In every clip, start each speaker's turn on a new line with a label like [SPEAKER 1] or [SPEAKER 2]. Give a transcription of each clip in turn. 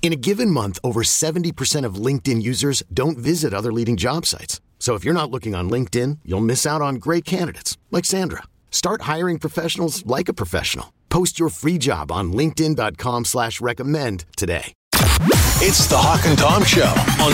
[SPEAKER 1] In a given month, over 70% of LinkedIn users don't visit other leading job sites. So if you're not looking on LinkedIn, you'll miss out on great candidates like Sandra. Start hiring professionals like a professional. Post your free job on LinkedIn.com slash recommend today.
[SPEAKER 2] It's the Hawk and Tom Show on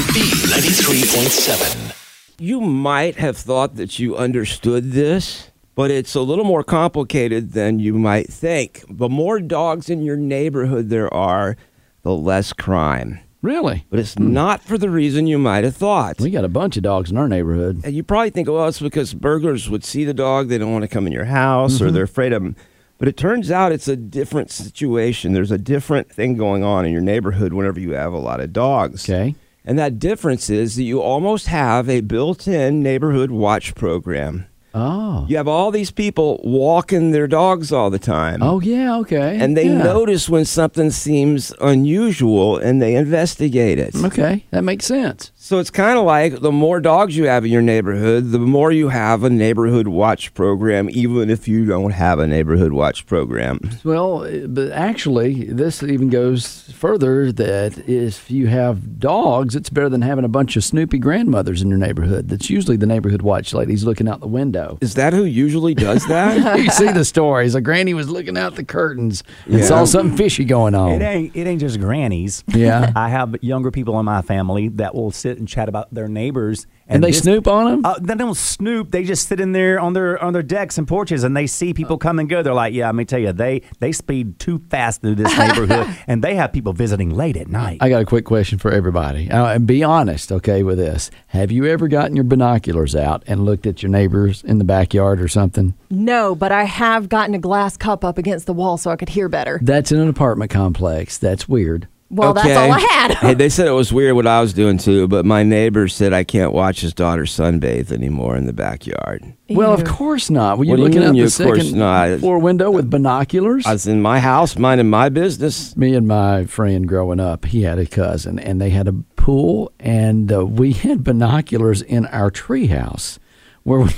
[SPEAKER 2] B93.7.
[SPEAKER 3] You might have thought that you understood this, but it's a little more complicated than you might think. The more dogs in your neighborhood there are, the less crime.
[SPEAKER 4] Really?
[SPEAKER 3] But it's not for the reason you might have thought.
[SPEAKER 4] We got a bunch of dogs in our neighborhood.
[SPEAKER 3] And you probably think, well, it's because burglars would see the dog, they don't want to come in your house, or they're afraid of them. But it turns out it's a different situation. There's a different thing going on in your neighborhood whenever you have a lot of dogs.
[SPEAKER 4] Okay.
[SPEAKER 3] And that difference is that you almost have a built in neighborhood watch program.
[SPEAKER 4] Oh.
[SPEAKER 3] You have all these people walking their dogs all the time.
[SPEAKER 4] Oh yeah. Okay.
[SPEAKER 3] And they
[SPEAKER 4] Yeah.
[SPEAKER 3] notice when something seems unusual and they investigate it.
[SPEAKER 4] Okay, that makes sense.
[SPEAKER 3] So it's kind of like the more dogs you have in your neighborhood, the more you have a neighborhood watch program, even if you don't have a neighborhood watch program.
[SPEAKER 4] Well, eh, but actually, this even goes further that if you have dogs, it's better than having a bunch of Snoopy grandmothers in your neighborhood. That's usually the neighborhood watch ladies looking out the window.
[SPEAKER 3] Is that who usually does that?
[SPEAKER 4] you see the stories. A granny was looking out the curtains and
[SPEAKER 3] Yeah.
[SPEAKER 4] saw something fishy going
[SPEAKER 5] It
[SPEAKER 4] on.
[SPEAKER 5] ain't it ain't just grannies.
[SPEAKER 4] Oh. Yeah.
[SPEAKER 5] I have younger people in my family that will sit and chat about their neighbors
[SPEAKER 4] And they
[SPEAKER 5] this-
[SPEAKER 4] snoop on them.
[SPEAKER 5] Uh, they don't snoop. They just sit in there on their on their decks and porches, and they see
[SPEAKER 4] Uh.
[SPEAKER 5] people come and go. They're like, "Yeah, let me tell you, they they speed too fast through this neighborhood, and they have people visiting late at night."
[SPEAKER 4] I got a quick question for everybody. Uh, and be honest, okay, with this. Have you ever gotten your binoculars out and looked at your neighbors in the backyard or something?
[SPEAKER 6] No, but I have gotten a glass cup up against the wall so I could hear better.
[SPEAKER 4] That's in an apartment complex. That's weird.
[SPEAKER 6] Well, that's all I
[SPEAKER 3] hey,
[SPEAKER 6] had.
[SPEAKER 3] they said it was weird what I was doing too, but my neighbor said I can't watch his daughter sunbathe anymore in the backyard.
[SPEAKER 4] Well, of
[SPEAKER 6] Ew.
[SPEAKER 4] course not. Were you
[SPEAKER 3] What do you
[SPEAKER 4] looking
[SPEAKER 3] mean
[SPEAKER 4] out
[SPEAKER 3] you
[SPEAKER 4] the
[SPEAKER 3] of course
[SPEAKER 4] second
[SPEAKER 3] not?
[SPEAKER 4] floor window with binoculars?
[SPEAKER 3] I was in my house minding my business.
[SPEAKER 4] me and my friend growing up, he had a cousin, and they had a pool, and uh, we had binoculars in our treehouse where we,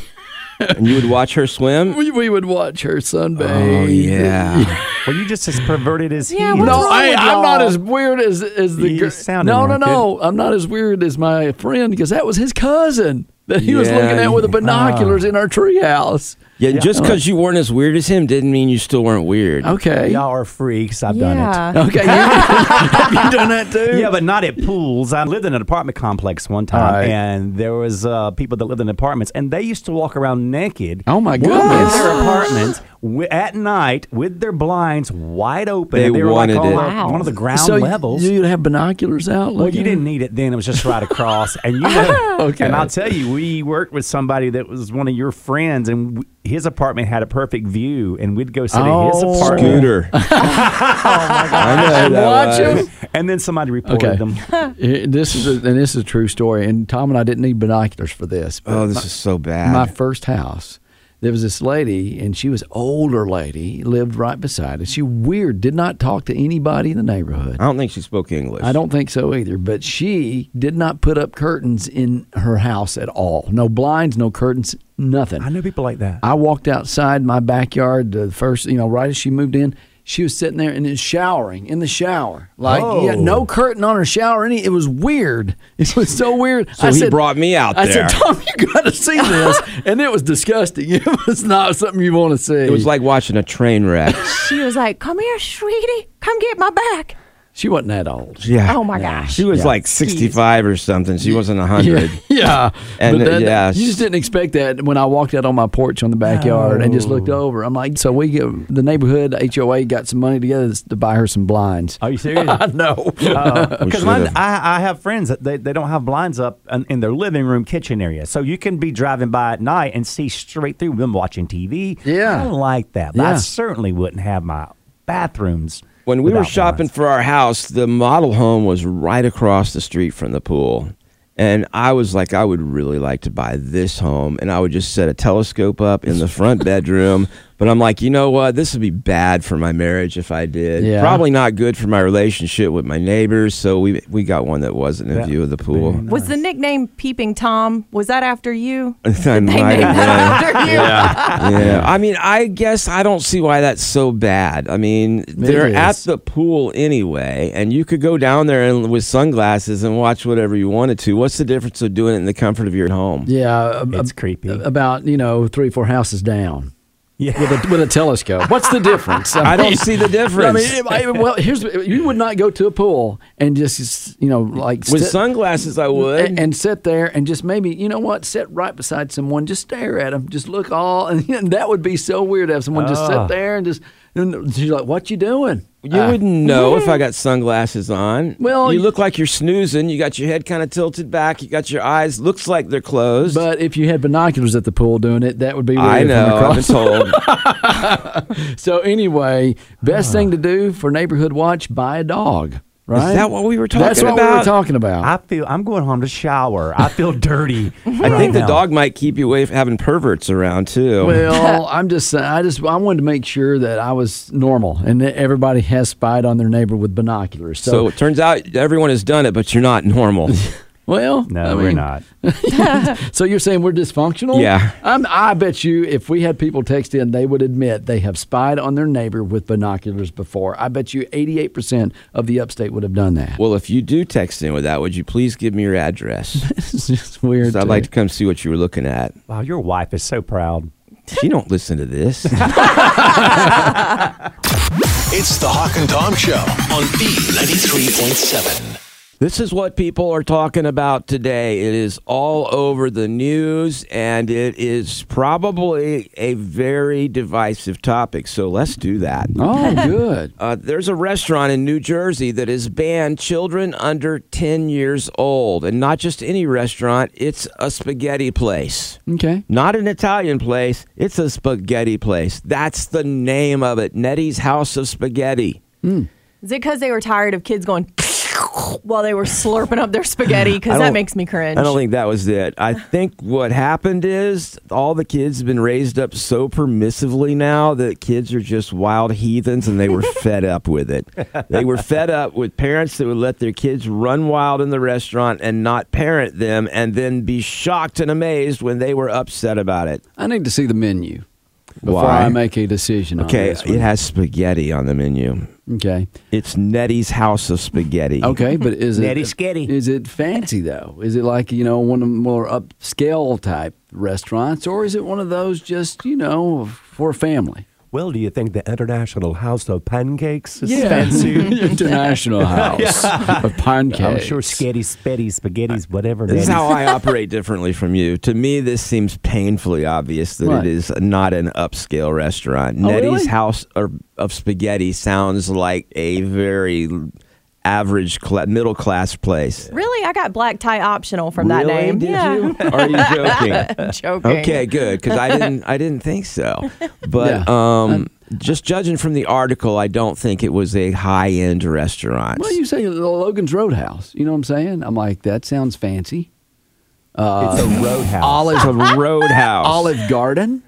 [SPEAKER 3] And you would watch her swim?
[SPEAKER 4] we, we would watch her sunbathe.
[SPEAKER 3] Oh, yeah.
[SPEAKER 5] Were you just as perverted as
[SPEAKER 6] Yeah,
[SPEAKER 5] he?
[SPEAKER 6] what's
[SPEAKER 5] is?
[SPEAKER 4] No,
[SPEAKER 6] wrong
[SPEAKER 4] I,
[SPEAKER 6] with
[SPEAKER 4] I'm not
[SPEAKER 6] y'all?
[SPEAKER 4] as weird as as the.
[SPEAKER 5] You
[SPEAKER 4] gir-
[SPEAKER 5] sounded
[SPEAKER 4] no, no,
[SPEAKER 5] like
[SPEAKER 4] no. I'm not as weird as my friend because that was his cousin that he was
[SPEAKER 3] Yeah,
[SPEAKER 4] looking at with the
[SPEAKER 3] you-
[SPEAKER 4] binoculars in our treehouse.
[SPEAKER 3] Yeah, just because you weren't as weird as him didn't mean you still weren't weird.
[SPEAKER 4] Okay.
[SPEAKER 5] y'all are freaks. I've done
[SPEAKER 6] yeah.
[SPEAKER 5] it.
[SPEAKER 4] Okay. You, you done that too?
[SPEAKER 5] Yeah, but not at pools. I lived in an apartment complex one time,
[SPEAKER 4] All right.
[SPEAKER 5] and there was uh, people that lived in apartments, and they used to walk around naked.
[SPEAKER 4] Oh, my
[SPEAKER 5] walking
[SPEAKER 4] goodness.
[SPEAKER 5] In their apartments wi- at night with their blinds wide open.
[SPEAKER 3] They
[SPEAKER 5] and they were
[SPEAKER 3] wanted
[SPEAKER 5] like on
[SPEAKER 3] it.
[SPEAKER 5] the- one of the ground
[SPEAKER 4] so
[SPEAKER 5] levels.
[SPEAKER 4] You, would have binoculars out.
[SPEAKER 5] well,
[SPEAKER 4] looking?
[SPEAKER 5] you didn't need it then. It was just right across, and you. Know,
[SPEAKER 4] Okay.
[SPEAKER 5] And I'll tell you, we worked with somebody that was one of your friends, and w- his apartment had a perfect view, and we'd go sit in his
[SPEAKER 4] Oh.
[SPEAKER 5] apartment,
[SPEAKER 3] Scooter. oh, my God. I know who that
[SPEAKER 4] Watch
[SPEAKER 3] was.
[SPEAKER 4] him.
[SPEAKER 5] and then somebody reported
[SPEAKER 4] Okay.
[SPEAKER 5] them.
[SPEAKER 4] Eh, this is a, and this is a true story. And Tom and I didn't need binoculars for this. but
[SPEAKER 3] Oh, this is so bad.
[SPEAKER 4] my first house there was this lady and she was older lady lived right beside us she weird did not talk to anybody in the neighborhood
[SPEAKER 3] I don't think she spoke English.
[SPEAKER 4] i don't think so either but she did not put up curtains in her house at all no blinds no curtains nothing
[SPEAKER 5] I know people like that.
[SPEAKER 4] I walked outside my backyard the first, you know, right as she moved in. She was sitting there and then showering in the shower, like yeah, no
[SPEAKER 3] Oh.
[SPEAKER 4] curtain on her shower. Any, it was weird. It was so weird.
[SPEAKER 3] So he brought me out
[SPEAKER 4] I
[SPEAKER 3] there.
[SPEAKER 4] said, Tom, you got to see this, and it was disgusting. It was not something you want to see.
[SPEAKER 3] It was like watching a train wreck.
[SPEAKER 6] She was like, "Come here, sweetie. Come get my back."
[SPEAKER 4] She wasn't that old.
[SPEAKER 3] Yeah.
[SPEAKER 7] Oh my gosh.
[SPEAKER 3] She was like 65 or something. She wasn't 100.
[SPEAKER 4] Yeah.
[SPEAKER 3] And,
[SPEAKER 4] but
[SPEAKER 3] uh,
[SPEAKER 4] that,
[SPEAKER 3] yeah,
[SPEAKER 4] you just didn't expect that when I walked out on my porch on the backyard and just looked over. I'm like, so we get the neighborhood HOA got some money together to buy her some blinds.
[SPEAKER 8] Are you serious?
[SPEAKER 4] No.
[SPEAKER 3] We
[SPEAKER 8] Because mine,
[SPEAKER 3] should've.
[SPEAKER 8] Uh, I, I have friends that they, they don't have blinds up in, in their living room kitchen area. So you can be driving by at night and see straight through them watching TV.
[SPEAKER 4] Yeah.
[SPEAKER 8] I don't like that. But I
[SPEAKER 4] Yeah.
[SPEAKER 8] certainly wouldn't have my bathrooms.
[SPEAKER 3] When we were
[SPEAKER 8] without
[SPEAKER 3] shopping
[SPEAKER 8] blinds.
[SPEAKER 3] for our house, the model home was right across the street from the pool. And I was like, I would really like to buy this home. And I would just set a telescope up in the front bedroom. But I'm like, you know what? This would be bad for my marriage if I did.
[SPEAKER 4] Yeah.
[SPEAKER 3] Probably not good for my relationship with my neighbors. So we, we got one that wasn't in
[SPEAKER 8] That
[SPEAKER 3] view of the
[SPEAKER 8] would be
[SPEAKER 3] pool.
[SPEAKER 8] nice.
[SPEAKER 6] Was the nickname Peeping Tom? Was that after you?
[SPEAKER 3] I
[SPEAKER 6] They
[SPEAKER 3] might
[SPEAKER 6] named
[SPEAKER 3] have
[SPEAKER 6] that
[SPEAKER 3] been.
[SPEAKER 6] after you.
[SPEAKER 3] yeah. I mean, I guess I don't see why that's so bad. I mean, they're
[SPEAKER 4] is.
[SPEAKER 3] at the pool anyway, and you could go down there and with sunglasses and watch whatever you wanted to. What's the difference of doing it in the comfort of your home?
[SPEAKER 4] Yeah. uh, ab-
[SPEAKER 8] It's
[SPEAKER 4] ab-
[SPEAKER 8] creepy.
[SPEAKER 4] About, you know, three, four houses down.
[SPEAKER 8] Yeah.
[SPEAKER 4] With a, with a telescope. What's the difference?
[SPEAKER 3] I don't
[SPEAKER 4] mean-
[SPEAKER 3] see the
[SPEAKER 4] I
[SPEAKER 3] difference.
[SPEAKER 4] mean, it- I- well, here's you would not go to a pool and just you know like
[SPEAKER 3] with
[SPEAKER 4] sit-
[SPEAKER 3] sunglasses, I
[SPEAKER 4] a-
[SPEAKER 3] would.
[SPEAKER 4] and, sit there and just maybe you know what sit right beside someone just stare at them just look all and, that would be so weird to have someone just
[SPEAKER 8] Ah.
[SPEAKER 4] sit there and just and she's like what you doing
[SPEAKER 3] you
[SPEAKER 4] Uh,
[SPEAKER 3] wouldn't know if I got sunglasses on.
[SPEAKER 4] Well,
[SPEAKER 3] you
[SPEAKER 4] y-
[SPEAKER 3] look like you're snoozing. You got your head kind of tilted back. You got your eyes looks like they're closed.
[SPEAKER 4] but if you had binoculars at the pool doing it that would be weird
[SPEAKER 3] I
[SPEAKER 4] from
[SPEAKER 3] know. I've been
[SPEAKER 4] across.
[SPEAKER 3] told.
[SPEAKER 4] so anyway best thing to do for neighborhood watch buy a dog right
[SPEAKER 3] Ah. that what we were
[SPEAKER 4] that's
[SPEAKER 3] talking
[SPEAKER 4] what we were
[SPEAKER 3] about?
[SPEAKER 4] talking about
[SPEAKER 8] I feel I'm going home to shower. I feel dirty.
[SPEAKER 3] I think the dog might keep you away from having perverts around too.
[SPEAKER 4] Well, I'm just saying, I just I wanted to make sure that I was normal and that everybody has spied on their neighbor with binoculars.
[SPEAKER 3] So,
[SPEAKER 4] So,
[SPEAKER 3] it turns out everyone has done it, but you're not normal.
[SPEAKER 4] well,
[SPEAKER 8] No,
[SPEAKER 4] I
[SPEAKER 8] we're
[SPEAKER 4] mean,
[SPEAKER 8] not.
[SPEAKER 4] So you're saying we're dysfunctional?
[SPEAKER 3] Yeah.
[SPEAKER 4] I'm, I bet you if we had people text in, they would admit they have spied on their neighbor with binoculars before. I bet you 88% of the upstate would have done that.
[SPEAKER 3] well, if you do text in with that, would you please give me your address?
[SPEAKER 4] it's just weird.
[SPEAKER 3] 'Cause I'd
[SPEAKER 4] too.
[SPEAKER 3] like to come see what you were looking at.
[SPEAKER 8] Wow, your wife is so proud.
[SPEAKER 3] She don't listen to this.
[SPEAKER 2] It's the Hawk and Tom Show on B93.7.
[SPEAKER 3] this is what people are talking about today. It is all over the news, and it is probably a very divisive topic. So let's do that.
[SPEAKER 4] Oh, good.
[SPEAKER 3] Uh, there's a restaurant in New Jersey that has banned children under 10 years old. And not just any restaurant, it's a spaghetti place.
[SPEAKER 4] Okay.
[SPEAKER 3] Not an Italian place, it's a spaghetti place. That's the name of it Nettie's House of Spaghetti.
[SPEAKER 6] Is it because they were tired of kids going while they were slurping up their spaghetti?
[SPEAKER 3] I
[SPEAKER 6] Because that
[SPEAKER 3] don't-
[SPEAKER 6] makes me cringe.
[SPEAKER 3] I don't think that was it. I think what happened is all the kids have been raised up so permissively now that kids are just wild heathens and they were fed up with it. They were fed up with parents that would let their kids run wild in the restaurant and not parent them and then be shocked and amazed when they were upset about it.
[SPEAKER 4] I need to see the menu before
[SPEAKER 3] Why?
[SPEAKER 4] I make a decision
[SPEAKER 3] Okay,
[SPEAKER 4] on this one.
[SPEAKER 3] it has spaghetti on the menu.
[SPEAKER 4] Okay.
[SPEAKER 3] It's Nettie's House of Spaghetti.
[SPEAKER 4] Okay, but is
[SPEAKER 8] Natty
[SPEAKER 4] it
[SPEAKER 8] skitty.
[SPEAKER 4] Is it fancy though? Is it like you know one of the more upscale type restaurants, or is it one of those just you know for a family?
[SPEAKER 5] Well, do you think the International House of Pancakes is
[SPEAKER 4] Yeah.
[SPEAKER 5] fancy?
[SPEAKER 4] International house of pancakes.
[SPEAKER 8] I'm sure sketty, spetty, spaghettis, whatever.
[SPEAKER 3] This is
[SPEAKER 8] that
[SPEAKER 3] how I operate differently from you. To me, this seems painfully obvious that
[SPEAKER 4] What?
[SPEAKER 3] it is not an upscale restaurant.
[SPEAKER 4] Oh,
[SPEAKER 3] Nettie's
[SPEAKER 4] really?
[SPEAKER 3] House or, of Spaghetti sounds like a very average cla middle class place.
[SPEAKER 6] Really, I got black tie optional from that
[SPEAKER 3] Really?
[SPEAKER 6] name.
[SPEAKER 3] Did
[SPEAKER 6] yeah,
[SPEAKER 3] you? Are you joking?
[SPEAKER 6] I'm joking.
[SPEAKER 3] okay, good because I didn't. I didn't think so. But um, just judging from the article, I don't think it was a high end restaurant.
[SPEAKER 4] Well, you say the Logan's Roadhouse. You know what I'm saying? I'm like that sounds fancy.
[SPEAKER 8] it's
[SPEAKER 3] uh,
[SPEAKER 8] a roadhouse.
[SPEAKER 3] It's a roadhouse.
[SPEAKER 4] Olive Garden.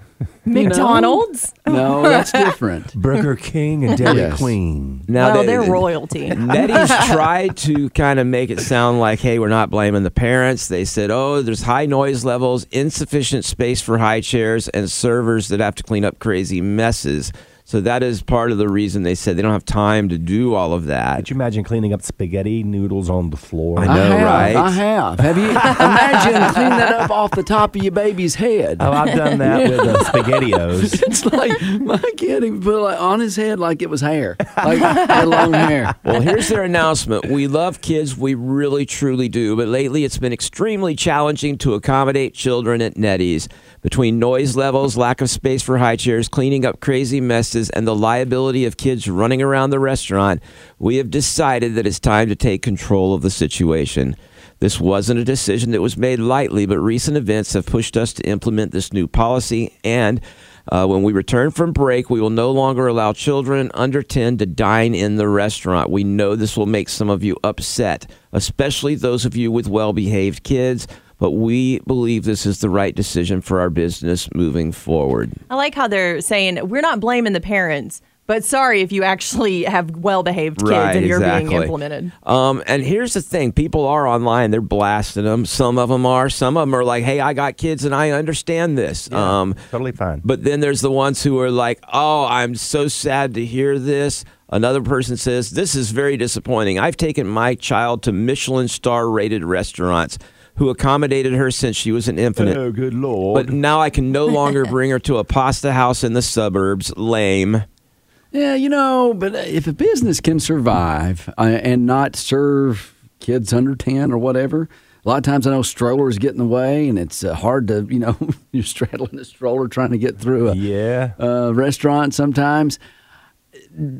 [SPEAKER 6] McDonald's.
[SPEAKER 4] No, that's different.
[SPEAKER 5] Burger King and Dairy
[SPEAKER 4] Yes.
[SPEAKER 5] Queen.
[SPEAKER 3] Now
[SPEAKER 6] well,
[SPEAKER 3] that-
[SPEAKER 6] they're royalty.
[SPEAKER 3] Nettie's tried to kind of make it sound like, hey, we're not blaming the parents. They said, oh, there's high noise levels, insufficient space for high chairs, and servers that have to clean up crazy messes. So that is part of the reason they said they don't have time to do all of that.
[SPEAKER 5] Could you imagine cleaning up spaghetti noodles on the floor?
[SPEAKER 3] I know,
[SPEAKER 4] have,
[SPEAKER 3] right?
[SPEAKER 4] I have. Have you? Imagine clean that up off the top of your baby's head.
[SPEAKER 5] Oh, I've done that with uh, SpaghettiOs.
[SPEAKER 4] It's like my kid he put it like on his head like it was hair, like had long hair.
[SPEAKER 3] Well, here's their announcement. We love kids, we really truly do, but lately it's been extremely challenging to accommodate children at Nettie's. Between noise levels, lack of space for high chairs, cleaning up crazy messes, and the liability of kids running around the restaurant, we have decided that it's time to take control of the situation. This wasn't a decision that was made lightly, but recent events have pushed us to implement this new policy. And uh, when we return from break, we will no longer allow children under 10 to dine in the restaurant. We know this will make some of you upset, especially those of you with well behaved kids. But we believe this is the right decision for our business moving forward.
[SPEAKER 6] I like how they're saying we're not blaming the parents, but sorry if you actually have well-behaved kids and you're being implemented.
[SPEAKER 3] Um, and here's the thing: people are online; they're blasting them. Some of them are. Some of them are like, "Hey, I got kids, and I understand this." um,
[SPEAKER 5] Totally fine.
[SPEAKER 3] But then there's the ones who are like, "Oh, I'm so sad to hear this." Another person says, "This is very disappointing. I've taken my child to Michelin star-rated restaurants." Who accommodated her since she was an infant.
[SPEAKER 5] Oh, good lord.
[SPEAKER 3] But now I can no longer bring her to a pasta house in the suburbs. Lame.
[SPEAKER 4] Yeah, you know, but uh, if a business can survive uh, and not serve kids under 10 or whatever, a lot of times I know strollers get in the way and it's uh, hard to, you know, you're straddling a stroller trying to get through a
[SPEAKER 5] Yeah.
[SPEAKER 4] uh, restaurant sometimes.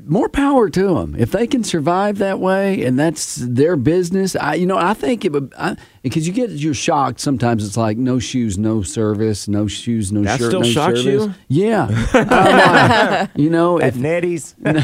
[SPEAKER 4] More power to them if they can survive that way, and that's their business. I, you know, I think it would I, because you get you're shocked sometimes. It's like no shoes, no service, no shoes, no
[SPEAKER 3] That
[SPEAKER 4] shirt,
[SPEAKER 3] still
[SPEAKER 4] no
[SPEAKER 3] shocks
[SPEAKER 4] service.
[SPEAKER 3] you?
[SPEAKER 4] Yeah, I'm like, you know,
[SPEAKER 5] At
[SPEAKER 4] if,
[SPEAKER 5] Nettie's.
[SPEAKER 3] No,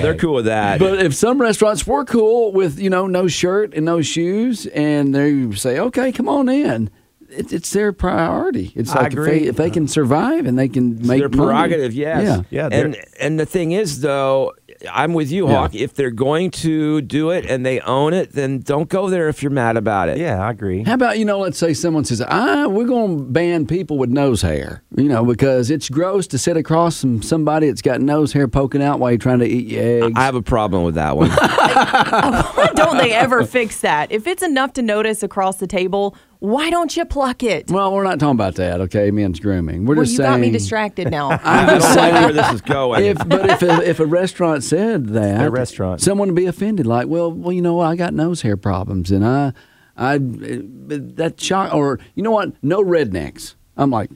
[SPEAKER 3] they're cool with that.
[SPEAKER 4] but if some restaurants were cool with you know no shirt and no shoes, and they say okay, come on in, it, it's their priority. It's
[SPEAKER 5] I
[SPEAKER 4] like if they
[SPEAKER 5] agree.
[SPEAKER 4] if they can survive and they can make
[SPEAKER 3] their
[SPEAKER 4] money.
[SPEAKER 3] prerogative. Yes.
[SPEAKER 4] Yeah.
[SPEAKER 5] Yeah, they're-
[SPEAKER 3] and and the thing is, though, I'm with you, Hawk. If they're going to do it and they own it, then don't go there if you're mad about it.
[SPEAKER 5] Yeah, I agree.
[SPEAKER 4] How about you know? Let's say someone says, "Ah, we're going to ban people with nose hair," you know, because it's gross to sit across from somebody that's got nose hair poking out while you're trying to eat your eggs.
[SPEAKER 3] I have a problem with that one.
[SPEAKER 6] Why don't they ever fix that? If it's enough to notice across the table, why don't you pluck it?
[SPEAKER 4] well, we're not talking about that, okay? Men's grooming. We're
[SPEAKER 6] Well,
[SPEAKER 4] just
[SPEAKER 6] you
[SPEAKER 4] saying.
[SPEAKER 6] got me distracted now.
[SPEAKER 3] I don't like where this is going.
[SPEAKER 4] If, but if a, if a restaurant said that,
[SPEAKER 5] their restaurant.
[SPEAKER 4] someone would be offended. Like, well, well, you know, what? I got nose hair problems, and I, I, but that shock, or you know what? No rednecks. I'm like,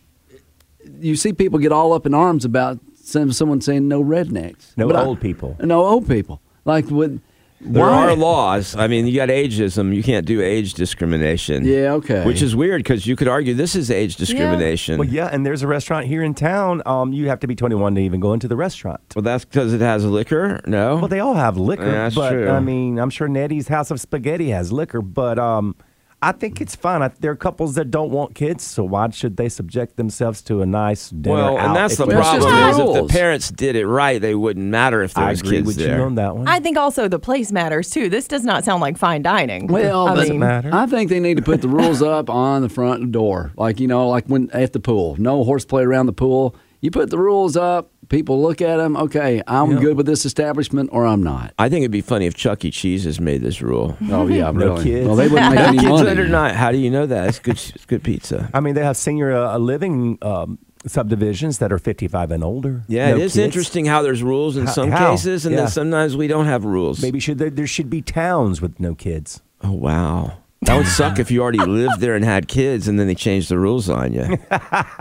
[SPEAKER 4] you see people get all up in arms about some, someone saying no rednecks.
[SPEAKER 5] No
[SPEAKER 4] But I-
[SPEAKER 5] old people.
[SPEAKER 4] No old people. Like when
[SPEAKER 3] there
[SPEAKER 4] why?
[SPEAKER 3] are laws. I mean, you got ageism. You can't do age discrimination.
[SPEAKER 4] Yeah, okay.
[SPEAKER 3] Which is weird because you could argue this is age discrimination.
[SPEAKER 5] Well, yeah, and there's a restaurant here in town. Um, you have to be 21 to even go into the restaurant.
[SPEAKER 3] Well, that's because it has liquor. No.
[SPEAKER 5] Well, they all have liquor,
[SPEAKER 3] Yeah, that's
[SPEAKER 5] but
[SPEAKER 3] true.
[SPEAKER 5] I mean, I'm sure Nettie's House of Spaghetti has liquor, but um, I think it's fine. I, there are couples that don't want kids, so why should they subject themselves to a nice dinner?
[SPEAKER 3] Well,
[SPEAKER 5] out
[SPEAKER 3] and that's
[SPEAKER 5] if
[SPEAKER 3] the
[SPEAKER 5] they're-
[SPEAKER 4] That's just
[SPEAKER 3] problem
[SPEAKER 4] the
[SPEAKER 3] is if
[SPEAKER 4] rules.
[SPEAKER 3] the parents did it right, they wouldn't matter if there
[SPEAKER 5] I
[SPEAKER 3] was
[SPEAKER 5] agree
[SPEAKER 3] kids
[SPEAKER 5] with
[SPEAKER 3] there.
[SPEAKER 5] you on that one.
[SPEAKER 6] I think also the place matters too. This does not sound like fine dining.
[SPEAKER 4] Well,
[SPEAKER 6] I
[SPEAKER 4] but-
[SPEAKER 6] mean,
[SPEAKER 5] matter.
[SPEAKER 4] I think they need to put the rules up on the front door, like you know, like when at the pool, no horseplay around the pool. You put the rules up, people look at them. Okay, I'm good with this establishment, or I'm not.
[SPEAKER 3] I think it'd be funny if Chuck E. Cheese has made this rule.
[SPEAKER 4] Oh yeah,
[SPEAKER 5] No
[SPEAKER 4] really?
[SPEAKER 5] kids.
[SPEAKER 4] Well, they wouldn't make any
[SPEAKER 3] Kids
[SPEAKER 4] money.
[SPEAKER 3] under nine. How do you know that? It's good. It's good pizza.
[SPEAKER 5] I mean, they have senior uh, living um, subdivisions that are 55 and older.
[SPEAKER 3] Yeah,
[SPEAKER 5] No
[SPEAKER 3] it is
[SPEAKER 5] kids.
[SPEAKER 3] interesting how there's rules in
[SPEAKER 5] How-
[SPEAKER 3] some
[SPEAKER 5] how?
[SPEAKER 3] cases, and then
[SPEAKER 5] Yeah.
[SPEAKER 3] sometimes we don't have rules.
[SPEAKER 5] Maybe should there, there should be towns with no kids.
[SPEAKER 3] Oh wow, that would suck if you already lived there and had kids, and then they changed the rules on you.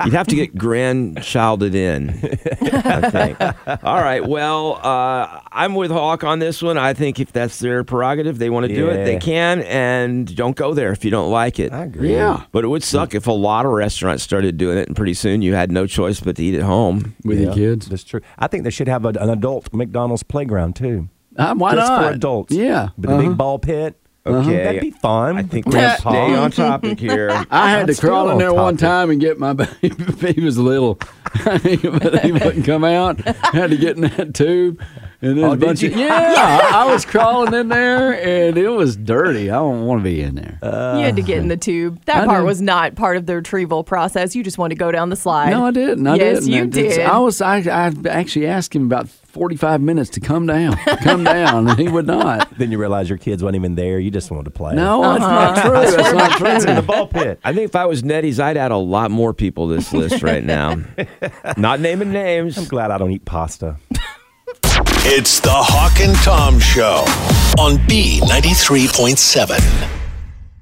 [SPEAKER 3] You'd have to get grandchilded in. I think. All right. Well, uh, I'm with Hawk on this one. I think if that's their prerogative, they want to do it, they
[SPEAKER 5] Yeah.
[SPEAKER 3] can, and don't go there if you don't like it.
[SPEAKER 5] agree.
[SPEAKER 4] Yeah,
[SPEAKER 3] But it would suck if a lot of restaurants started doing it, and pretty soon you had no choice but to eat at home.
[SPEAKER 4] with your kids.
[SPEAKER 5] That's true. I think they should have a, an adult McDonald's playground too.
[SPEAKER 4] Uh, why
[SPEAKER 5] Just
[SPEAKER 4] not
[SPEAKER 5] for adults.
[SPEAKER 4] Yeah.
[SPEAKER 5] But the big ball pit.
[SPEAKER 3] Okay.
[SPEAKER 5] Uh-huh. That'd be fun.
[SPEAKER 3] I think we're gonna stay on topic here.
[SPEAKER 4] I had to
[SPEAKER 5] That's still
[SPEAKER 4] crawl in
[SPEAKER 5] on
[SPEAKER 4] there one
[SPEAKER 5] topic.
[SPEAKER 4] time and get my baby. He was little, but he wouldn't come out. Had to get in that tube, And then
[SPEAKER 5] Oh,
[SPEAKER 4] a
[SPEAKER 5] did
[SPEAKER 4] bunch of,
[SPEAKER 5] you?
[SPEAKER 4] yeah, I, I was crawling in there and it was dirty. I don't want to be in there.
[SPEAKER 5] Uh,
[SPEAKER 6] you had to get in the tube. That
[SPEAKER 4] I
[SPEAKER 6] part
[SPEAKER 4] did.
[SPEAKER 6] was not part of the retrieval process. You just wanted to go down the slide.
[SPEAKER 4] No, I didn't. I
[SPEAKER 6] yes,
[SPEAKER 4] didn't.
[SPEAKER 6] you
[SPEAKER 4] It's-
[SPEAKER 6] did.
[SPEAKER 4] I was. I, I actually asked him about forty-five minutes to come down. Come down, and he would not.
[SPEAKER 5] Then you realize your kids weren't even there. You just wanted to play.
[SPEAKER 4] No, that's not
[SPEAKER 5] Uh-huh.
[SPEAKER 4] true. That's not true.
[SPEAKER 5] Kids in the ball pit.
[SPEAKER 3] I think if I was Nettie's, I'd add a lot more people to this list right now. Not naming names.
[SPEAKER 5] I'm glad I don't eat pasta.
[SPEAKER 2] It's the Hawk and Tom Show on B93.7.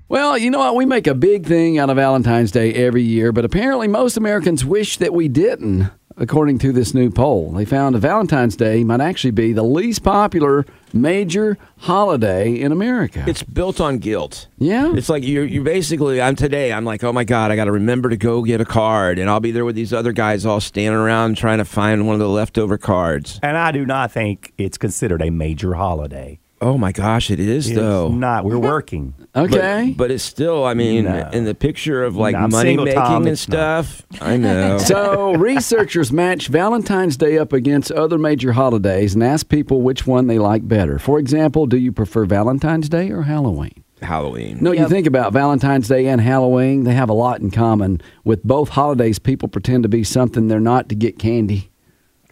[SPEAKER 4] Well, you know what? We make a big thing out of Valentine's Day every year, but apparently most Americans wish that we didn't, according to this new poll. They found Valentine's Day might actually be the least popular major holiday in America.
[SPEAKER 3] It's built on guilt.
[SPEAKER 4] yeah.
[SPEAKER 3] It's like you you basically I'm today I'm like oh my god I got to remember to go get a card and I'll be there with these other guys all standing around trying to find one of the leftover cards.
[SPEAKER 5] And I do not think it's considered a major holiday.
[SPEAKER 3] Oh my gosh, it is
[SPEAKER 5] It's
[SPEAKER 3] though.
[SPEAKER 5] not. We're working.
[SPEAKER 3] But-
[SPEAKER 4] okay.
[SPEAKER 3] but, it's still I mean
[SPEAKER 5] No.
[SPEAKER 3] in the picture of like
[SPEAKER 5] No, I'm
[SPEAKER 3] money
[SPEAKER 5] single,
[SPEAKER 3] making
[SPEAKER 5] Tom,
[SPEAKER 3] and
[SPEAKER 5] it's not.
[SPEAKER 3] stuff. I know.
[SPEAKER 4] So, researchers match Valentine's Day up against other major holidays and ask people which one they like better. For example, do you prefer Valentine's Day or Halloween?
[SPEAKER 3] Halloween.
[SPEAKER 4] No, you think about Valentine's Day and Halloween, they have a lot in common. With both holidays, people pretend to be something they're not to get candy.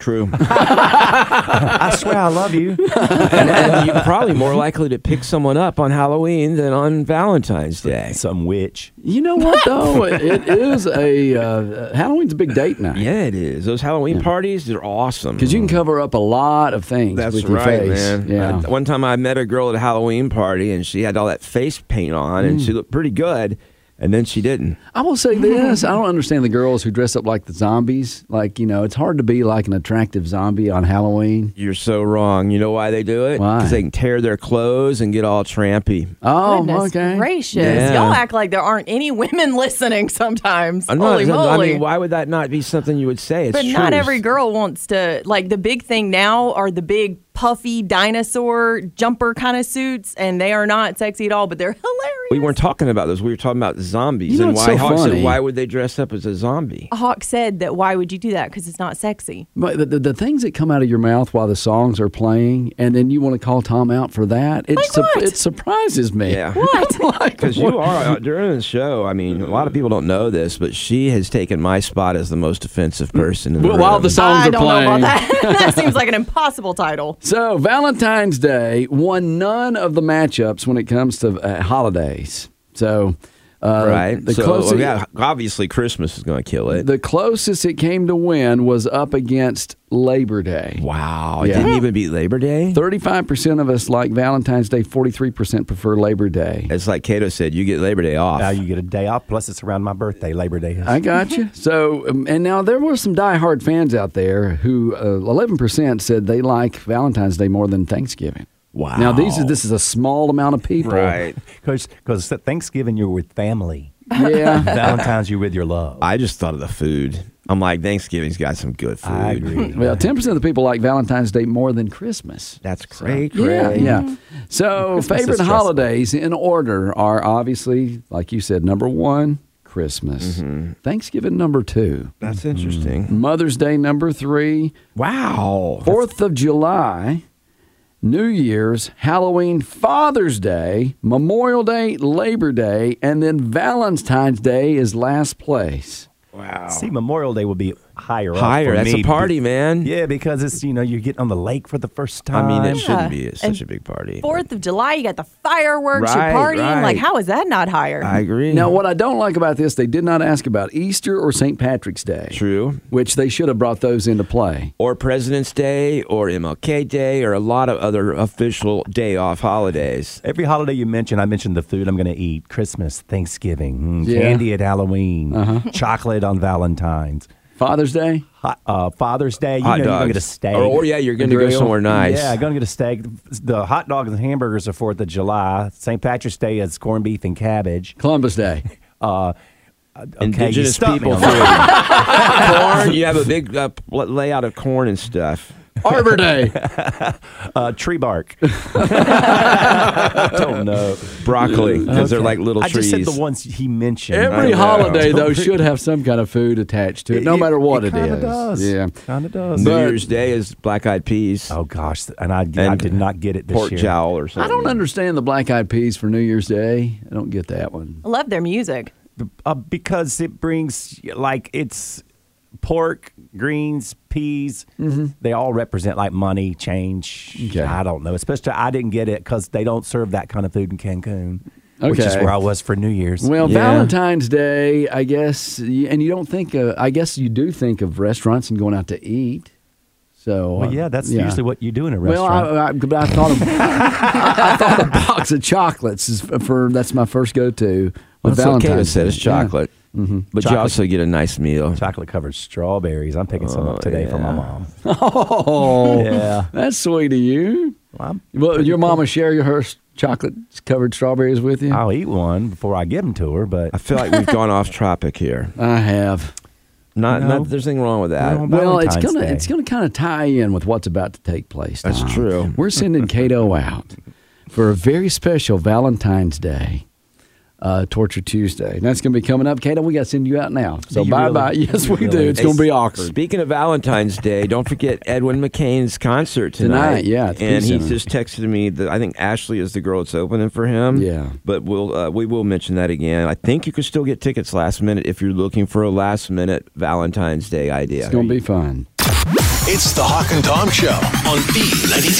[SPEAKER 3] True.
[SPEAKER 5] I swear I love you.
[SPEAKER 3] and, and you're probably more likely to pick someone up on Halloween than on Valentine's Day.
[SPEAKER 5] Some witch.
[SPEAKER 4] You know what, though? it is a uh, Halloween's a big date night.
[SPEAKER 3] Yeah, it is. Those Halloween parties, they're awesome.
[SPEAKER 4] Because you can cover up a lot of things
[SPEAKER 3] That's
[SPEAKER 4] with your
[SPEAKER 3] right,
[SPEAKER 4] face.
[SPEAKER 3] man.
[SPEAKER 4] Yeah.
[SPEAKER 3] I- one time I met a girl at a Halloween party and she had all that face paint on and
[SPEAKER 4] Mm.
[SPEAKER 3] she looked pretty good and then she didn't.
[SPEAKER 4] I will say this: I don't understand the girls who dress up like the zombies. Like you know, it's hard to be like an attractive zombie on Halloween.
[SPEAKER 3] You're so wrong. You know why they do it?
[SPEAKER 4] Why?
[SPEAKER 3] Because they can tear their clothes and get all trampy.
[SPEAKER 4] Oh,
[SPEAKER 6] Goodness
[SPEAKER 4] okay.
[SPEAKER 6] gracious.
[SPEAKER 3] Yeah.
[SPEAKER 6] Y'all act like there aren't any women listening sometimes.
[SPEAKER 3] I'm not-
[SPEAKER 6] Holy
[SPEAKER 3] I
[SPEAKER 6] moly.
[SPEAKER 3] mean, why would that not be something you would say? It's
[SPEAKER 6] but not
[SPEAKER 3] true.
[SPEAKER 6] every girl wants to like the big thing now are the big puffy dinosaur jumper kind of suits and they are not sexy at all, but they're hilarious.
[SPEAKER 3] We weren't talking about those. We were talking about zombies
[SPEAKER 4] You know
[SPEAKER 3] and
[SPEAKER 4] what's
[SPEAKER 3] why
[SPEAKER 4] so
[SPEAKER 3] Hawk said,
[SPEAKER 4] funny?
[SPEAKER 3] why would they dress up as a zombie?
[SPEAKER 6] Hawk said that why would you do that? Because it's not sexy.
[SPEAKER 4] But the, the, the things that come out of your mouth while the songs are playing, and then you want to call Tom out for that. It
[SPEAKER 6] Like
[SPEAKER 4] su-
[SPEAKER 6] what?
[SPEAKER 4] it surprises me.
[SPEAKER 3] Yeah.
[SPEAKER 6] What?
[SPEAKER 4] Like,
[SPEAKER 3] Because you are uh, during the show. I mean, a lot of people don't know this, but she has taken my spot as the most offensive person in the
[SPEAKER 4] Well, while
[SPEAKER 3] room.
[SPEAKER 4] the songs
[SPEAKER 6] I
[SPEAKER 4] are
[SPEAKER 6] don't
[SPEAKER 4] playing.
[SPEAKER 6] know about that. that seems like an impossible title.
[SPEAKER 4] So Valentine's Day won none of the matchups when it comes to uh, holidays. So. Uh,
[SPEAKER 3] right.
[SPEAKER 4] The
[SPEAKER 3] so oh,
[SPEAKER 4] closest,
[SPEAKER 3] yeah, obviously Christmas is going to kill it.
[SPEAKER 4] the closest it came to win was up against Labor Day.
[SPEAKER 3] wow, it
[SPEAKER 4] Yeah.
[SPEAKER 3] didn't even beat Labor Day.
[SPEAKER 4] 35% of us like Valentine's Day, 43% prefer Labor Day.
[SPEAKER 3] It's like Cato said, you get Labor Day off.
[SPEAKER 5] Now you get a day off. Plus, it's around my birthday, Labor Day. is.
[SPEAKER 4] I got you. So, um, and now there were some diehard fans out there who uh, 11% said they like Valentine's Day more than Thanksgiving.
[SPEAKER 3] Wow.
[SPEAKER 4] Now, these is, this is a small amount of people.
[SPEAKER 3] right.
[SPEAKER 5] Because Thanksgiving, you're with family.
[SPEAKER 4] Yeah.
[SPEAKER 5] Valentine's, you're with your love.
[SPEAKER 3] I just thought of the food. I'm like Thanksgiving's got some good food.
[SPEAKER 5] I agree.
[SPEAKER 4] Well, 10% of the people like Valentine's Day more than Christmas.
[SPEAKER 3] That's great.
[SPEAKER 4] Yeah,
[SPEAKER 3] Craig.
[SPEAKER 4] yeah. So,
[SPEAKER 5] Mm-hmm. is
[SPEAKER 4] favorite
[SPEAKER 5] stressful.
[SPEAKER 4] holidays in order are obviously, like you said, number one, Christmas. Thanksgiving, number two.
[SPEAKER 3] That's interesting.
[SPEAKER 4] Mother's Day, number three.
[SPEAKER 3] Wow.
[SPEAKER 4] Fourth of July, New Year's, Halloween, Father's Day, Memorial Day, Labor Day, and then Valentine's Day is last place.
[SPEAKER 3] Wow.
[SPEAKER 5] See, Memorial Day will be higher. up
[SPEAKER 3] Higher.
[SPEAKER 5] for
[SPEAKER 3] That's
[SPEAKER 5] me.
[SPEAKER 3] a party, man.
[SPEAKER 5] Yeah, because it's you know you get on the lake for the first
[SPEAKER 3] Mm. I
[SPEAKER 5] time.
[SPEAKER 3] mean, it
[SPEAKER 6] Yeah.
[SPEAKER 3] shouldn't be
[SPEAKER 6] And
[SPEAKER 3] such a big party.
[SPEAKER 6] Fourth of July, you got the fireworks,
[SPEAKER 3] Right,
[SPEAKER 6] you're partying.
[SPEAKER 3] right.
[SPEAKER 6] Like, how is that not higher?
[SPEAKER 3] I agree.
[SPEAKER 4] Now, what I don't like about this, they did not ask about Easter or St. Patrick's Day.
[SPEAKER 3] True.
[SPEAKER 4] Which they should have brought those into play.
[SPEAKER 3] or President's Day or MLK Day or a lot of other official day off holidays.
[SPEAKER 5] Every holiday you mention, I mentioned the food I'm going to eat: Christmas, Thanksgiving, mm,
[SPEAKER 4] Yeah.
[SPEAKER 5] candy at Halloween,
[SPEAKER 3] Uh-huh.
[SPEAKER 5] chocolate on Valentine's,
[SPEAKER 4] Father's Day?
[SPEAKER 5] hot, uh, Father's Day. You
[SPEAKER 3] Hot
[SPEAKER 5] know, you're
[SPEAKER 3] dogs.
[SPEAKER 5] going to get a steak.
[SPEAKER 3] Or, or yeah, you're going to go
[SPEAKER 4] Grill.
[SPEAKER 3] somewhere nice.
[SPEAKER 5] Yeah, going to get a steak. The hot dogs and hamburgers are Fourth of July. St. Patrick's Day is corned beef and cabbage.
[SPEAKER 4] Columbus Day.
[SPEAKER 5] Uh, okay, you
[SPEAKER 3] Indigenous
[SPEAKER 5] stumped me
[SPEAKER 3] people
[SPEAKER 5] on
[SPEAKER 3] food.
[SPEAKER 5] that.
[SPEAKER 3] corn. You have a big uh, pl- layout of corn and stuff.
[SPEAKER 4] Arbor Day.
[SPEAKER 5] uh, tree bark.
[SPEAKER 3] I don't know. Broccoli, because they're like little
[SPEAKER 5] I
[SPEAKER 3] trees.
[SPEAKER 5] just said the ones he mentioned.
[SPEAKER 4] Every
[SPEAKER 3] I know.
[SPEAKER 4] holiday though should have some kind of food attached to it, no matter what it
[SPEAKER 5] kinda
[SPEAKER 4] is.
[SPEAKER 5] does.
[SPEAKER 4] Yeah.
[SPEAKER 5] Kind of does.
[SPEAKER 3] New Year's Day is black eyed peas,
[SPEAKER 5] Oh gosh, and I, I
[SPEAKER 3] And
[SPEAKER 5] did not get it this
[SPEAKER 3] pork
[SPEAKER 5] year.
[SPEAKER 3] jowl, or
[SPEAKER 4] I
[SPEAKER 3] something.
[SPEAKER 4] don't understand the black eyed peas for New Year's Day. I don't get that one.
[SPEAKER 6] I love their music.
[SPEAKER 5] uh, because it brings like it's pork, greens, peas.
[SPEAKER 4] Mm-hmm.
[SPEAKER 5] They all represent like money, change.
[SPEAKER 4] Okay.
[SPEAKER 5] I don't know. Especially I didn't get it because they don't serve that kind of food in Cancun, which is
[SPEAKER 4] Okay.
[SPEAKER 5] where I was for New Year's.
[SPEAKER 4] Well,
[SPEAKER 3] Yeah.
[SPEAKER 4] Valentine's Day, I guess, y- and you don't think. Of, I guess you do think of restaurants and going out to eat. So,
[SPEAKER 5] Well,
[SPEAKER 4] uh,
[SPEAKER 5] yeah, that's usually what you do in a
[SPEAKER 4] Well,
[SPEAKER 5] restaurant.
[SPEAKER 4] I, uh, I, but I thought of, I, I thought a box of chocolates is f- for that's my first go to.
[SPEAKER 3] Well, that's what Kayla said. It's chocolate.
[SPEAKER 4] Mm-hmm.
[SPEAKER 3] But you
[SPEAKER 5] Chocolate.
[SPEAKER 3] also get a nice meal.
[SPEAKER 5] Chocolate covered strawberries. I'm picking some up today for my mom.
[SPEAKER 4] Oh,
[SPEAKER 5] Yeah.
[SPEAKER 4] that's sweet of you.
[SPEAKER 5] Well,
[SPEAKER 4] Well, your mama share her chocolate covered strawberries with you.
[SPEAKER 5] i will eat one before I give them to her, but
[SPEAKER 3] I feel like we've gone off topic here.
[SPEAKER 4] I have.
[SPEAKER 3] Not,
[SPEAKER 5] No.
[SPEAKER 3] not there's anything wrong with that.
[SPEAKER 5] No, but-
[SPEAKER 4] Well, it's
[SPEAKER 5] Valentine's
[SPEAKER 4] gonna
[SPEAKER 5] Day.
[SPEAKER 4] it's gonna kind of tie in with what's about to take place.
[SPEAKER 3] That's
[SPEAKER 4] Tom.
[SPEAKER 3] true.
[SPEAKER 4] We're sending Cato out for a very special Valentine's Day. Uh, Torture Tuesday. And that's going to be coming up. Cato, we got to send you out now. So
[SPEAKER 5] you
[SPEAKER 4] bye
[SPEAKER 5] really?
[SPEAKER 4] bye. Yes,
[SPEAKER 5] Do you
[SPEAKER 4] we do.
[SPEAKER 5] really?
[SPEAKER 4] It's going to
[SPEAKER 3] Hey,
[SPEAKER 4] be awkward.
[SPEAKER 3] Speaking of Valentine's Day, don't forget Edwin McCain's concert tonight.
[SPEAKER 4] Tonight, yeah, at the
[SPEAKER 3] and
[SPEAKER 4] Peace
[SPEAKER 3] he
[SPEAKER 4] Center.
[SPEAKER 3] just texted me that I think Ashley is the girl that's opening for him.
[SPEAKER 4] Yeah.
[SPEAKER 3] but we'll uh, we will mention that again. I think you can still get tickets last minute if you're looking for a last minute Valentine's Day idea.
[SPEAKER 4] It's going to be fun.
[SPEAKER 2] It's the Hawk and Tom Show on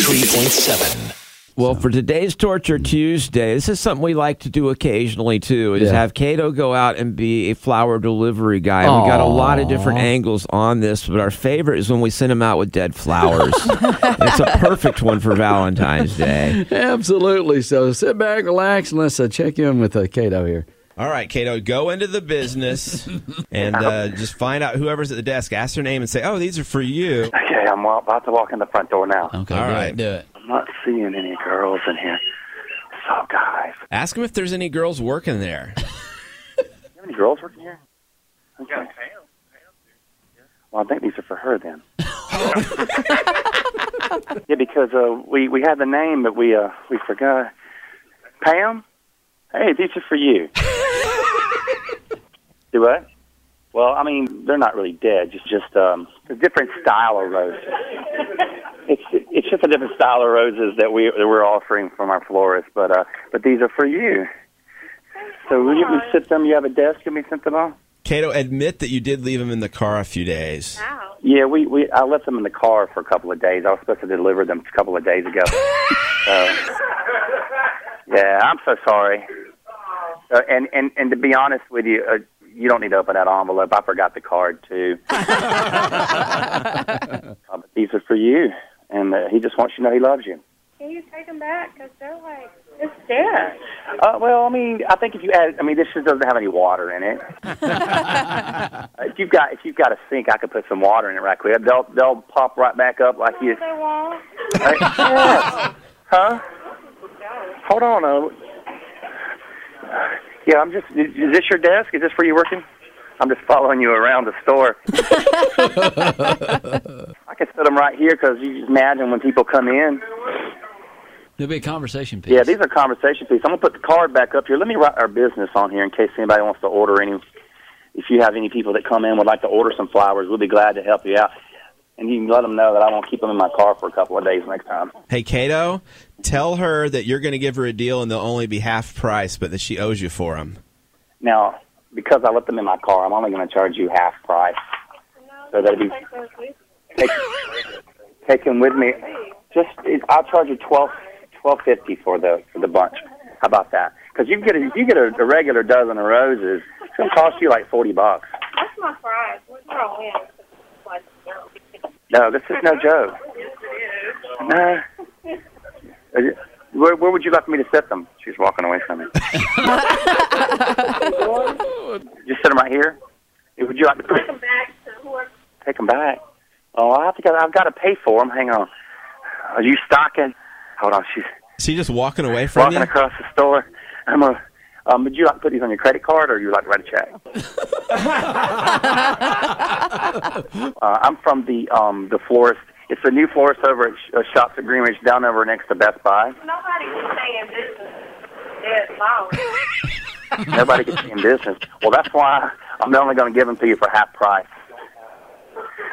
[SPEAKER 2] B93.7.
[SPEAKER 3] Well, for today's Torture Tuesday, this is something we like to do occasionally too. Is
[SPEAKER 4] Yeah.
[SPEAKER 3] have Cato go out and be a flower delivery guy. We got a lot of different angles on this, but our favorite is when we send him out with dead flowers. it's a perfect one for Valentine's Day.
[SPEAKER 4] Absolutely. So sit back, relax, and let's uh, check in with uh, Cato here.
[SPEAKER 3] All right, Cato, go into the business and uh, just find out whoever's at the desk. Ask their name and say, "Oh, these are for you."
[SPEAKER 9] Okay, I'm wa- about to walk in the front door now.
[SPEAKER 4] Okay.
[SPEAKER 3] All do it, right. do
[SPEAKER 4] it.
[SPEAKER 9] I'm not seeing any girls in here. So, guys,
[SPEAKER 3] Ask them if there's any girls working there.
[SPEAKER 9] you have any girls working here? Okay. Well, I think these are for her then. yeah, because uh, we we had the name, but we uh we forgot. Pam, hey, these are for you. Do what? Well, I mean, they're not really dead. Just just um, a different style of roses. It's it's just a different style of roses that we that we're offering from our florist. But uh, but these are for you. So will you can sit them? You have a desk? Can we sit them on?
[SPEAKER 3] Cato, admit that you did leave him in the car a few days.
[SPEAKER 9] Yeah, we, we I left them in the car for a couple of days. I was supposed to deliver them a couple of days ago. so, yeah, I'm so sorry. Uh, and and and to be honest with you, uh, you don't need to open that envelope. I forgot the card too. Uh, but these are for you, and uh, he just wants you to know he loves you.
[SPEAKER 10] Can you take them back? Because they're like, it's there.
[SPEAKER 9] Uh, well, I mean, I think if you add, I mean, this just doesn't have any water in it. Uh, if you've got if you've got a sink, I could put some water in it right quick. They'll they'll pop right back up like you.
[SPEAKER 10] They won't.
[SPEAKER 9] Hey, yeah. Huh? Hold on. Uh, yeah, I'm just. Is is this your desk? Is this where you're working? I'm just following you around the store. I could set them right here because you just imagine when people come in.
[SPEAKER 4] There'll be a conversation piece.
[SPEAKER 9] Yeah, these are conversation pieces. I'm gonna put the card back up here. Let me write our business on here in case anybody wants to order any. If you have any people that come in would like to order some flowers, we'll be glad to help you out. And you can let them know that I won't keep them in my car for a couple of days next time.
[SPEAKER 11] Hey, Cato, tell her that you're going to give her a deal and they'll only be half price, but that she owes you for them.
[SPEAKER 9] Now, because I left them in my car, I'm only going to charge you half price. So that'd be
[SPEAKER 10] Take those with
[SPEAKER 9] take, take them with me. Just it, I'll charge you twelve twelve fifty for the for the bunch. How about that? Because you can get a, you get a, a regular dozen of roses. It's going to cost you like forty bucks.
[SPEAKER 10] That's my fries. What's wrong with it?
[SPEAKER 9] No, this is no joke. No. Are you- Where, where would you like me to set them? She's walking away from me. Just set them right here. Would you like to put
[SPEAKER 10] Take them back to whoever.
[SPEAKER 9] Take them back. Oh, I have to. Go, I've got to pay for them. Hang on. Are you stocking? Hold on. She's
[SPEAKER 11] Is she just walking away from
[SPEAKER 9] walking
[SPEAKER 11] you?
[SPEAKER 9] across the store. I'm a. Um, would you like to put these on your credit card, or you like to write a check? uh, I'm from the um, the florist It's a new florist over at Sh- uh, Shops at Greenwich down over next to Best Buy.
[SPEAKER 10] Nobody was saying this is dead long.
[SPEAKER 9] Nobody gets you in business. Well, that's why I'm only going to give them to you for half price.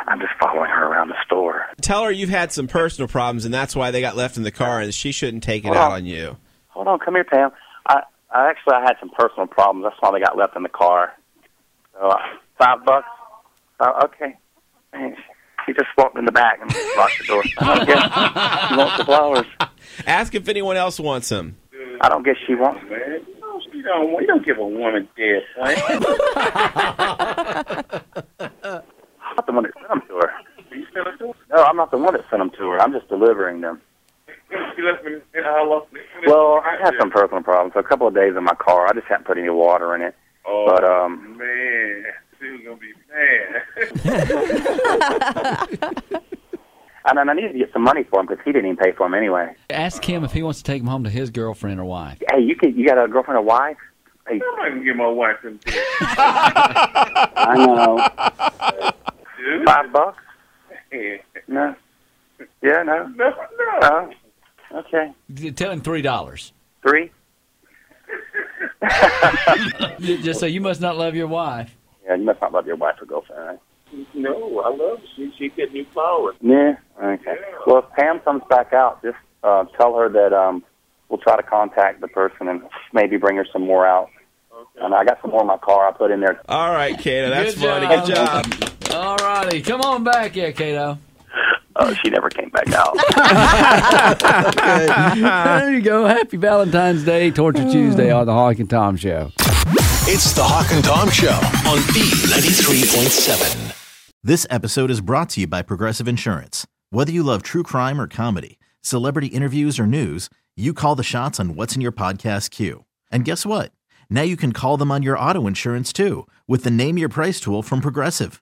[SPEAKER 9] I'm just following her around the store.
[SPEAKER 11] Tell her you've had some personal problems, and that's why they got left in the car, and she shouldn't take it
[SPEAKER 9] Hold
[SPEAKER 11] out
[SPEAKER 9] on.
[SPEAKER 11] on you.
[SPEAKER 9] Hold on, come here, Pam. I, I actually I had some personal problems. That's why they got left in the car. So, uh, five bucks. Uh, okay. Thanks. She just walked in the back and locked the door. I don't guess she wants the flowers.
[SPEAKER 11] Ask if anyone else wants them.
[SPEAKER 9] I don't guess she wants.
[SPEAKER 12] Man, you don't, you don't give a woman dead,
[SPEAKER 9] I'm not the one that sent them to her. No, I'm not the one that sent them to her. I'm just delivering them. Well, I had some personal problems. A couple of days in my car. I just hadn't put any water in it.
[SPEAKER 12] Oh,
[SPEAKER 9] But um,
[SPEAKER 12] man, she was gonna be mad.
[SPEAKER 9] and then I needed to get some money for him because he didn't even pay for them anyway.
[SPEAKER 4] Ask him if he wants to take him home to his girlfriend or wife.
[SPEAKER 9] Hey, you could, you got a girlfriend or wife? Hey,
[SPEAKER 12] I'm not gonna give my wife them dead.
[SPEAKER 9] I know. Five bucks? No. Yeah, no. Oh,
[SPEAKER 12] No, no.
[SPEAKER 9] Okay.
[SPEAKER 4] Tell him three dollars.
[SPEAKER 9] Three?
[SPEAKER 4] Just say you must not love your wife.
[SPEAKER 9] Yeah, you must not love your wife or girlfriend, right?
[SPEAKER 12] no, I love her. She, she get new flowers.
[SPEAKER 9] Yeah. Okay. Well, if Pam comes back out, just uh, tell her that um, we'll try to contact the person and maybe bring her some more out. And I got some more in my car. I put in there.
[SPEAKER 11] All right, Kato, that's
[SPEAKER 4] Good
[SPEAKER 11] funny.
[SPEAKER 4] job.
[SPEAKER 11] Good job.
[SPEAKER 4] All righty, come on back here, Kato.
[SPEAKER 9] Oh, she never came back out.
[SPEAKER 4] there you go. Happy Valentine's Day, Torture Tuesday on the Hawk and Tom Show.
[SPEAKER 2] It's the Hawk and Tom Show on B93.7.
[SPEAKER 13] This episode is brought to you by Progressive Insurance. Whether you love true crime or comedy, celebrity interviews or news, you call the shots on what's in your podcast queue. And guess what? Now you can call them on your auto insurance too with the Name Your Price tool from Progressive.